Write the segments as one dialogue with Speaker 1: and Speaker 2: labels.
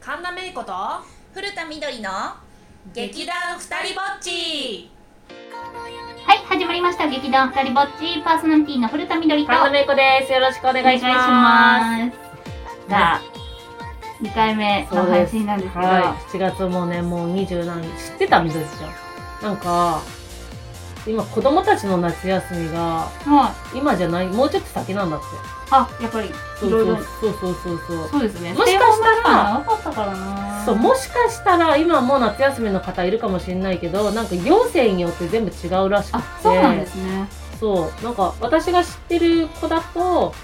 Speaker 1: 神田芽衣子と
Speaker 2: 古田みどりの
Speaker 1: 劇団二人ぼっち
Speaker 3: はい、始まりました。劇団ふたりぼっち、パーソナリティの古田みどりと。
Speaker 1: 神田芽衣子ですよろしくお願いします
Speaker 3: お願いしますさあ、2回目の配信なんですけど、
Speaker 1: はい7月もねもう20何日知ってたみどりちゃんなんか今子供たちの夏休みが
Speaker 3: はい。
Speaker 1: 今じゃないもうちょっと先なんだって
Speaker 3: あ、やっぱり、
Speaker 1: そ
Speaker 3: いうろいろ、
Speaker 1: そうそうそうそうそう
Speaker 3: そうですね。
Speaker 1: もしかしたら
Speaker 3: ステイホーム期間長かったからな。
Speaker 1: そうもしかしたら今もう夏休みの方いるかもしれないけどなんか行政によって全部違うらしくて
Speaker 3: あ、そうなんですね。
Speaker 1: そうなんか私が知ってる子だと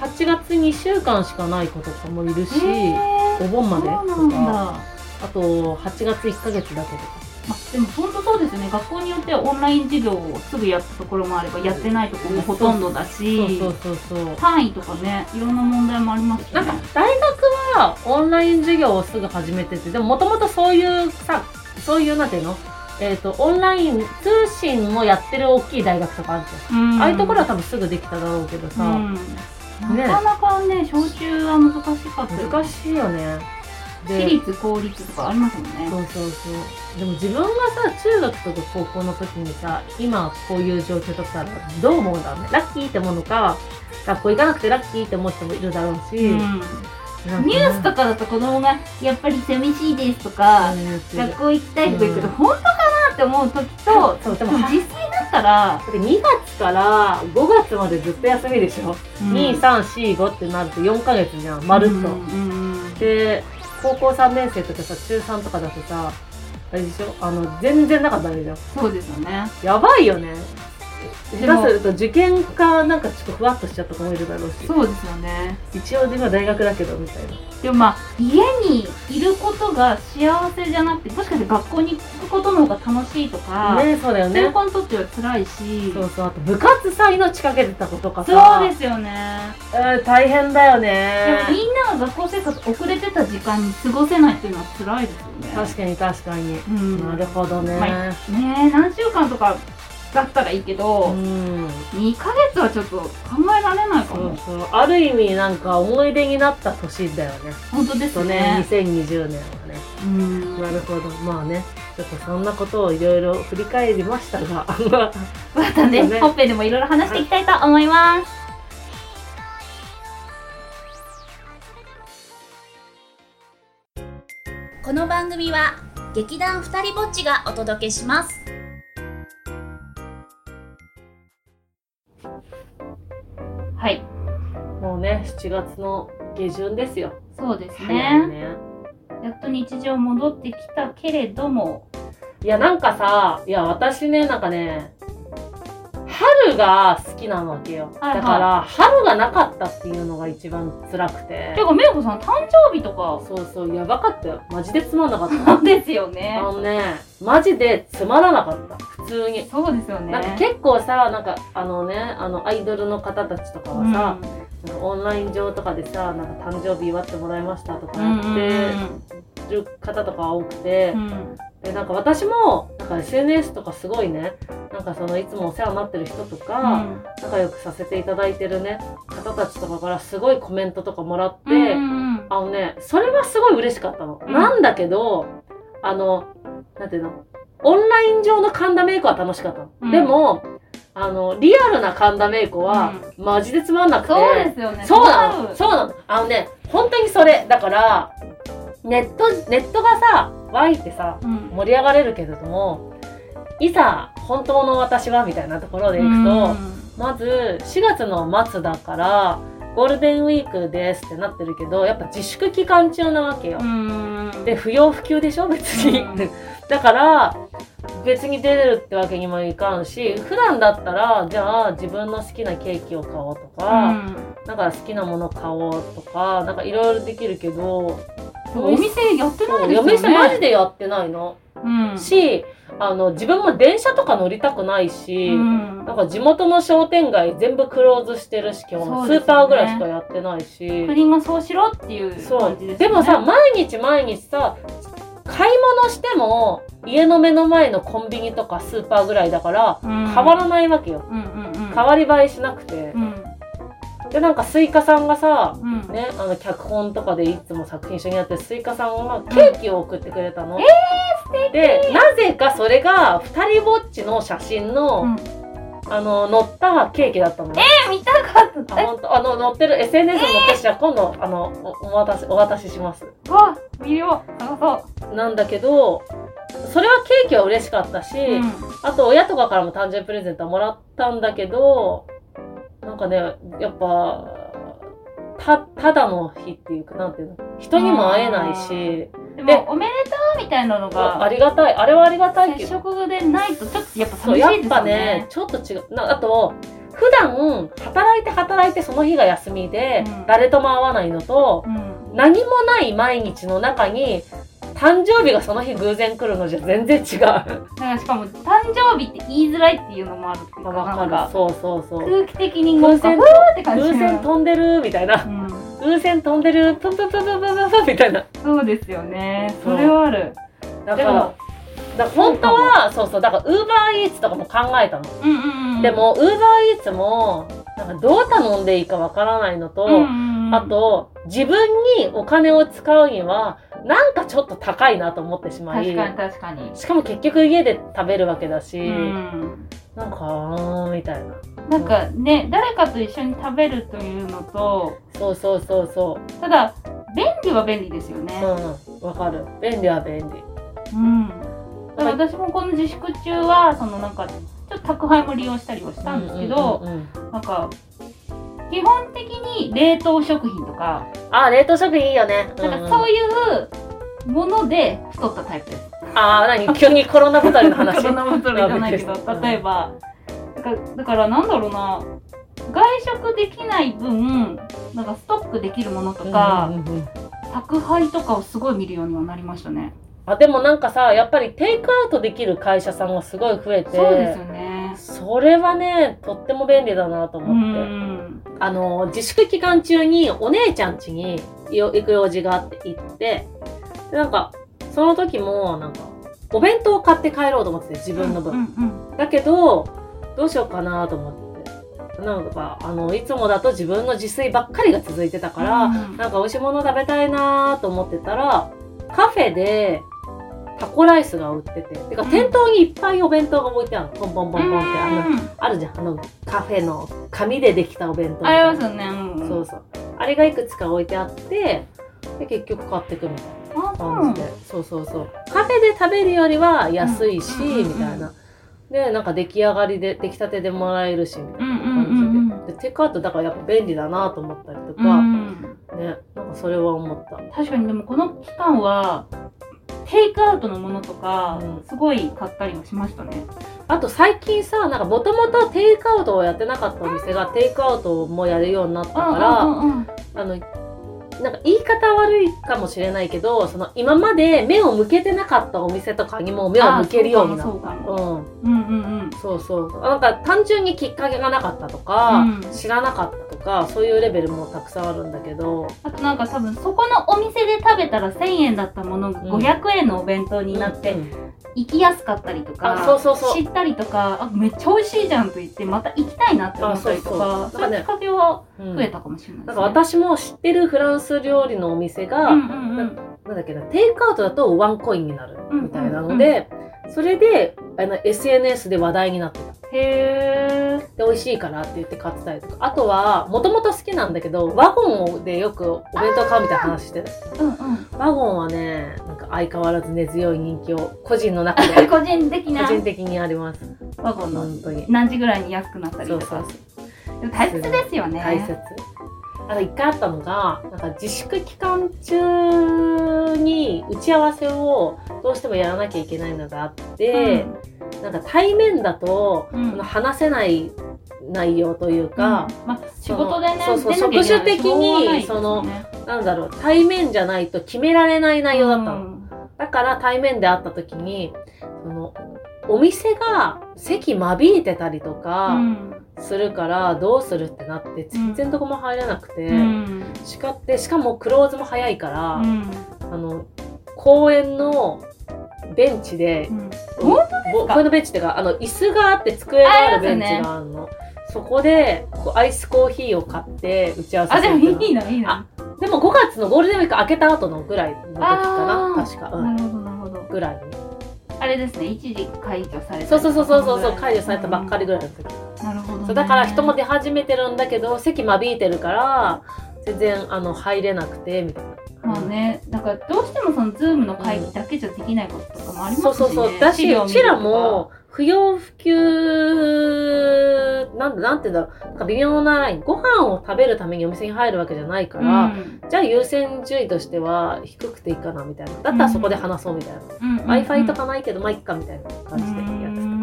Speaker 1: 8月2週間しかない子とかもいるし、
Speaker 3: へー
Speaker 1: お盆まで
Speaker 3: そう
Speaker 1: と
Speaker 3: なんだ。
Speaker 1: か
Speaker 3: ま
Speaker 1: あと8月1ヶ月だけとか
Speaker 3: あ、でも本当そうですね。学校によってはオンライン授業をすぐやったところもあれば、やってないところもほとんどだ
Speaker 1: そう
Speaker 3: し
Speaker 1: そ、うそうそう
Speaker 3: 単位とかね、いろんな問題もありますし
Speaker 1: な
Speaker 3: ね
Speaker 1: んか。大学はオンライン授業をすぐ始めててでももともとそういうさそういうなんていうのえっ、とオンライン通信もやってる大きい大学とかあるじゃん
Speaker 3: うん
Speaker 1: ああいうところは多分すぐできただろうけどさ、
Speaker 3: うん、
Speaker 1: ね
Speaker 3: なかなかね、招集は難しかったよ
Speaker 1: 難しいよねで
Speaker 3: 私立、公立とかありますもんね。
Speaker 1: そうそうそうでも自分がさ中学とか高校の時にさ今こういう状況とかさどう思うんだろうねラッキーって思うのか学校行かなくてラッキーって思う人もいるだろうし、
Speaker 3: うん
Speaker 1: なんかね
Speaker 3: ニュースとかだと子供がやっぱり寂しいですとか、
Speaker 1: うん言ってる
Speaker 3: 学校行きたいとか言うけど、
Speaker 1: うん
Speaker 3: 本当かなって思う時と、
Speaker 1: そうで
Speaker 3: で
Speaker 1: も
Speaker 3: も
Speaker 1: は
Speaker 3: 実際だったら、
Speaker 1: だって2月から5月までずっと休みでしょ、2345ってなると4ヶ月じゃんまるっと、
Speaker 3: うんうん
Speaker 1: で高校3年生とかさ中3とかだとさあれでしょあの全然なかったでしょ
Speaker 3: そうですよね。
Speaker 1: やばいよね
Speaker 3: で
Speaker 1: 下
Speaker 3: も
Speaker 1: 手すると受験かなんかちょっとふわっとしちゃった子もいるだろうし
Speaker 3: そうですよね。
Speaker 1: 一応今大学だけどみたいな
Speaker 3: でもまあ、家にいることが幸せじゃなくて、もしかして学校に行くことの方が楽しいとか、
Speaker 1: ねそうだよ
Speaker 3: そういう
Speaker 1: ね
Speaker 3: 子にとっては辛いし、
Speaker 1: そうそうあと部活さ命かけてた子とかさ
Speaker 3: そうですよね。
Speaker 1: うん大変だよ
Speaker 3: でも
Speaker 1: ね
Speaker 3: みんなが学校生活遅れてた時間に過ごせないっていうのは辛いですよね。
Speaker 1: 確かに確かに、
Speaker 3: うん、
Speaker 1: なるほどね、
Speaker 3: まねえ何週間とかだったらいいけ
Speaker 1: う
Speaker 3: ど、
Speaker 1: ん
Speaker 3: 二2ヶ月はちょっと考えられない
Speaker 1: そ
Speaker 3: か
Speaker 1: う
Speaker 3: も。
Speaker 1: そうある意味なんか思い出になった年だよね
Speaker 3: 本当で
Speaker 1: ちょっ
Speaker 3: す
Speaker 1: とね
Speaker 3: ね。
Speaker 1: 2020年はね
Speaker 3: うん
Speaker 1: なるほどまあねちょっとそんなことをいろいろ振り返りましたが
Speaker 3: またね、
Speaker 1: そうね
Speaker 3: 本編でもいろいろ話していきたいと思います。
Speaker 2: この番組は劇団二人ぼっちがお届けします
Speaker 3: はい。
Speaker 1: もうね7月の下旬ですよ
Speaker 3: そうです
Speaker 1: 早い
Speaker 3: ね。
Speaker 1: ね
Speaker 3: やっと日常戻ってきたけれども、
Speaker 1: いやなんかさいや私ねなんかね春が好きなわけよ、
Speaker 3: はいはい
Speaker 1: だから春がなかったっていうのが一番辛くて
Speaker 3: てか、めいこさん誕生日とか、
Speaker 1: そうそうやばかったよマジでつまんなかっ
Speaker 3: そう
Speaker 1: た
Speaker 3: ですよ ね
Speaker 1: あ。のねマジでつまらなかった普通に、
Speaker 3: そうですよね。
Speaker 1: なんか結構さなんかあのねあのアイドルの方たちとかはさ、なんかオンライン上とかでさなんか誕生日祝ってもらいましたとか
Speaker 3: うん、うん
Speaker 1: やってる方とか多くて、
Speaker 3: うんうん
Speaker 1: でなんか私もなんか SNS とかすごいねなんかそのいつもお世話になってる人とか、仲良くさせていただいてるね方たちとかからすごいコメントとかもらって、
Speaker 3: うんうんうん
Speaker 1: あのねそれはすごい嬉しかったの、
Speaker 3: うん
Speaker 1: なんだけどあのなんていうのオンライン上の神田メイクは楽しかったの、
Speaker 3: うん
Speaker 1: でもあのリアルな神田メイクはマジでつまんなくて、
Speaker 3: そうですよね。
Speaker 1: そうなの
Speaker 3: 困る
Speaker 1: そうなのあのね本当にそれだからネットネットがさ湧いてさ、
Speaker 3: うん
Speaker 1: 盛り上がれるけれどもいざ本当の私はみたいなところでいくと、まず4月の末だからゴールデンウィークですってなってるけどやっぱ自粛期間中なわけよ
Speaker 3: う、ん、うん
Speaker 1: で不要不急でしょ別に、
Speaker 3: うん
Speaker 1: だから別に出るってわけにもいかんし普段だったらじゃあ自分の好きなケーキを買おうとか、なんか好きなもの買おうとかなんかいろいろできるけど
Speaker 3: うん、お店やってないです
Speaker 1: お
Speaker 3: よね。
Speaker 1: 店マジでやってないの。
Speaker 3: うん、
Speaker 1: し、あの、自分も電車とか乗りたくないし、
Speaker 3: うん
Speaker 1: なんか地元の商店街全部クローズしてるし、基本、
Speaker 3: そうですね
Speaker 1: スーパーぐらいしかやってないし。
Speaker 3: 国がそうしろっていう
Speaker 1: そ
Speaker 3: 感
Speaker 1: う
Speaker 3: じです
Speaker 1: で
Speaker 3: よね。
Speaker 1: もさ、毎日毎日さ、買い物しても、家の目の前のコンビニとかスーパーぐらいだから、
Speaker 3: うん、
Speaker 1: 変わらないわけよ。
Speaker 3: うんうんうん、
Speaker 1: 変わり映えしなくて。
Speaker 3: うん
Speaker 1: でなんかスイカさんがさ
Speaker 3: うん
Speaker 1: ね、あの脚本とかでいつも作品一緒にやってるスイカさんはケーキを送ってくれたの。でなぜかそれが二人ぼっちの写真の、
Speaker 3: うん
Speaker 1: あの載ったケーキだったの。
Speaker 3: え見たかっ
Speaker 1: あ
Speaker 3: た
Speaker 1: 本当あの載ってる SNS のページは今度、あのおお渡しお渡しします。
Speaker 3: うわ見よう探そ
Speaker 1: なんだけどそれはケーキは嬉しかったし、
Speaker 3: う、うん、
Speaker 1: あと親とかからも誕生日プレゼントはもらったんだけどなんかねやっぱたただの日っていうかなんていうの人にも会えないし
Speaker 3: で
Speaker 1: で
Speaker 3: もおめでとうみたいなの
Speaker 1: ああ
Speaker 3: が
Speaker 1: りがたいあれはありがたいけ
Speaker 3: 接
Speaker 1: ど
Speaker 3: 触でないとちょっとやっぱ
Speaker 1: そう
Speaker 3: 寂し
Speaker 1: やっ
Speaker 3: いです
Speaker 1: ぱ
Speaker 3: よ
Speaker 1: ね
Speaker 3: ね
Speaker 1: ちょっと違うなあと普段働いて働いてその日が休みで、
Speaker 3: うん
Speaker 1: 誰とも会わないのと
Speaker 3: うん
Speaker 1: 何もない毎日の中に誕生日がその日偶然来るのじゃ全然違う。
Speaker 3: なんかしかも誕生日って言いづらいっていうのもあるっていう
Speaker 1: ま
Speaker 3: か
Speaker 1: あわ
Speaker 3: なん
Speaker 1: か
Speaker 3: か
Speaker 1: るそうそうそう。
Speaker 3: 空気的にな
Speaker 1: 偶
Speaker 3: んか
Speaker 1: 然
Speaker 3: ふーって感じ
Speaker 1: 偶然飛んでるみたいな。
Speaker 3: うん
Speaker 1: 偶然飛んでるプンプンプンプンプンプンプンみたいな。
Speaker 3: そうですよね
Speaker 1: そう
Speaker 3: それはある
Speaker 1: だか
Speaker 3: で
Speaker 1: ら、
Speaker 3: も
Speaker 1: だから本当はそうそうだからウーバーイーツとかも考えたの。
Speaker 3: うんうんうん
Speaker 1: でもウーバーイーツもなんかどう頼んでいいかわからないのと。
Speaker 3: うんうんうん
Speaker 1: あと自分にお金を使うにはなんかちょっと高いなと思ってしまい
Speaker 3: 確かに確かに
Speaker 1: しかも結局家で食べるわけだし、
Speaker 3: うん
Speaker 1: なんかあーみたいな
Speaker 3: なんかね誰かと一緒に食べるというのと
Speaker 1: そうそうそうそ
Speaker 3: ただ便利は便利ですよ
Speaker 1: う
Speaker 3: ね
Speaker 1: うんわかる便利は便利
Speaker 3: うんだから私もこの自粛中はそのなんかちょっと宅配も利用したりはしたんですけど、
Speaker 1: うんうんうんうん
Speaker 3: なんか基本的に冷凍食品とか、
Speaker 1: あ冷凍食品いいよね
Speaker 3: なんかそういうもので太ったタイプです。
Speaker 1: ああ何急にコロナ太りの
Speaker 3: なんか
Speaker 1: 話
Speaker 3: そんなもとじゃ ないけど
Speaker 1: ラブです
Speaker 3: 例えばなんかだからなんだろうな外食できない分なんかストックできるものとか、
Speaker 1: うんうんうん
Speaker 3: 宅配とかをすごい見るようにはなりましたね。
Speaker 1: あでもなんかさやっぱりテイクアウトできる会社さんがすごい増えて
Speaker 3: そうですよね。
Speaker 1: それはねとっても便利だなと
Speaker 3: う
Speaker 1: 思って、
Speaker 3: ん。
Speaker 1: あの自粛期間中にお姉ちゃん家によ行く用事があって行ってでなんかその時もなんかお弁当を買って帰ろうと思ってて自分の分、
Speaker 3: うんうん
Speaker 1: だけどどうしようかなと思ってなんかあのいつもだと自分の自炊ばっかりが続いてたから、
Speaker 3: うん
Speaker 1: なんか美味しいもの食べたいなと思ってたらカフェでタコライスが売ってててか
Speaker 3: うん
Speaker 1: 店頭にいっぱいお弁当が置いてあるポンポンポンポンってあの
Speaker 3: うん
Speaker 1: あるじゃんあのカフェの紙でできたお弁当みたいな
Speaker 3: ありますよね。うん
Speaker 1: そうそうあれがいくつか置いてあってで結局買ってくみたい
Speaker 3: あ
Speaker 1: な
Speaker 3: そ
Speaker 1: 感じで、そうそうそうカフェで食べるよりは安いし、
Speaker 3: うんうんうんうん
Speaker 1: みたいなでなんか出来上がりで出来たてでもらえるしみたいな感じで,、
Speaker 3: うんうんうん
Speaker 1: でテイクアウトだからやっぱ便利だなと思ったりと
Speaker 3: う
Speaker 1: か、
Speaker 3: ん。
Speaker 1: ねなんかそれは思った
Speaker 3: 確かにでもこの期間はテイクアウトのものとか
Speaker 1: うん
Speaker 3: すごい買ったりはしましたね。
Speaker 1: あと最近さなんかもともとテイクアウトをやってなかったお店がテイクアウトもやるようになったから、
Speaker 3: うんうんうんうん
Speaker 1: あのなんか言い方悪いかもしれないけどその今まで目を向けてなかったお店とかにも目を向けるようになった
Speaker 3: あそうかもそううか
Speaker 1: ん
Speaker 3: うんうんうん。
Speaker 1: そうそうなんか単純にきっかけがなかったとか、
Speaker 3: うん
Speaker 1: 知らなかったとかそういうレベルもたくさんあるんだけど
Speaker 3: あとなんか多分そこのお店で食べたら1000円だったものが
Speaker 1: うん
Speaker 3: 500円のお弁当になって
Speaker 1: うん
Speaker 3: 行きやすかったりとか、
Speaker 1: あそうそうそう
Speaker 3: 知ったりとかあめっちゃ美味しいじゃんと言ってまた行きたいなって思ったりと
Speaker 1: あ
Speaker 3: か
Speaker 1: そ
Speaker 3: そう
Speaker 1: そう
Speaker 3: ういうきっかけは
Speaker 1: うん
Speaker 3: 増えたかもしれない
Speaker 1: な
Speaker 3: で
Speaker 1: ん
Speaker 3: す、
Speaker 1: か
Speaker 3: ね
Speaker 1: 私も知ってるフランス料理のお店が、
Speaker 3: うんうんうん
Speaker 1: なんだっけなテイクアウトだとワンコインになる
Speaker 3: うん
Speaker 1: みたいなので、それであの SNS で話題になってた
Speaker 3: へー
Speaker 1: で美味しいからって言って買ってたりとかあとはもともと好きなんだけどワゴンでよくお弁当買うみたいな話してる
Speaker 3: うんうん
Speaker 1: ワゴンはねなんか相変わらず根強い人気を個人の中 で
Speaker 3: 個人的
Speaker 1: 個
Speaker 3: な
Speaker 1: 人的にあります
Speaker 3: ワゴンの
Speaker 1: 本当に
Speaker 3: 何時ぐらいに安くなったり
Speaker 1: そ
Speaker 3: と
Speaker 1: うそ
Speaker 3: か
Speaker 1: うそう
Speaker 3: でも大切ですよね
Speaker 1: 大切あと一回あったのがなんか自粛期間中に打ち合わせをどうしてもやらなきゃいけないのがあって、なんか対面だと、
Speaker 3: うん
Speaker 1: その話せない内容という
Speaker 3: うんうん
Speaker 1: か、
Speaker 3: まあ、仕事でね
Speaker 1: そうそう
Speaker 3: 出なきゃ
Speaker 1: 職種
Speaker 3: いけない
Speaker 1: 的に
Speaker 3: しょうがないです
Speaker 1: その
Speaker 3: よね
Speaker 1: なんだろう、対面じゃないと決められない内容だったの。
Speaker 3: うん
Speaker 1: だから対面で会った時に、その、お店が席間引いてたりと
Speaker 3: う
Speaker 1: か
Speaker 3: ん
Speaker 1: するからどうするってなって全然どこも入れなくて、
Speaker 3: うん
Speaker 1: しかって、しかもクローズも早いから、
Speaker 3: うん
Speaker 1: あの、公園のベンチで
Speaker 3: う、ん
Speaker 1: ぼ公園のベンチっていうか、あの、椅子があって机があるベンチがあるの。そこでこうアイスコーヒーを買って打ち合わせ
Speaker 3: あ、
Speaker 1: す
Speaker 3: で
Speaker 1: る
Speaker 3: も
Speaker 1: みたいない
Speaker 3: いな、いいな。
Speaker 1: でも5月のゴールデンウィーク明けた後のぐらいの時か
Speaker 3: あ
Speaker 1: な
Speaker 3: ー
Speaker 1: 確か、う、
Speaker 3: なんるほど、なるほど。
Speaker 1: ぐらいに
Speaker 3: あれですね、一時解除された。
Speaker 1: そうそうそうそうそうそう解除されたばっかりぐらいの時、
Speaker 3: うん。なるほど、ね。
Speaker 1: そうだから人も出始めてるんだけど席間引いてるから全然あの入れなくてみたいな。
Speaker 3: まあね、なんかどうしてもその Zoom の会議だけじゃできないこととかもあり
Speaker 1: そう
Speaker 3: ますし、ね
Speaker 1: そうそう。だし、
Speaker 3: 資料
Speaker 1: う
Speaker 3: 見
Speaker 1: ち
Speaker 3: るとから
Speaker 1: も、不要不急、なんだ、なんて言うんだろう。なんか微妙なライン。ご飯を食べるためにお店に入るわけじゃないから、
Speaker 3: うん
Speaker 1: じゃあ優先順位としては低くていいかな、みたいな。だったらそこで話そう、みたいな。
Speaker 3: うんうん
Speaker 1: Wi-Fi とかないけど、まあ、いっか、みたいな感じでやって
Speaker 3: う
Speaker 1: た。
Speaker 3: ん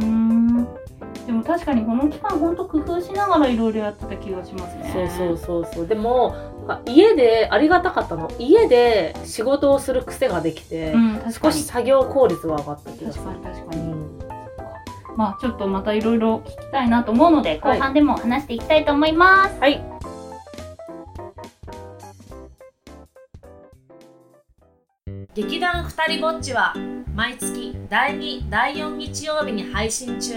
Speaker 3: でも確かにこの期間本当工夫しながらいろいろやってた気がしますね。
Speaker 1: そうそうそうそう。でも、なんか家で、ありがたかったの。家で仕事をする癖ができて、
Speaker 3: うん、確か
Speaker 1: 少
Speaker 3: に
Speaker 1: し作業効率は上がった気がす
Speaker 3: 確
Speaker 1: る
Speaker 3: か。に確か
Speaker 1: う
Speaker 3: に。
Speaker 1: ん
Speaker 3: まあちょっとまたいろいろ聞きたいなと思うので、
Speaker 1: はい
Speaker 3: 後半でも話していきたいと思います。
Speaker 1: はい。
Speaker 2: 劇団ふたりぼっちは毎月第2第4日曜日に配信中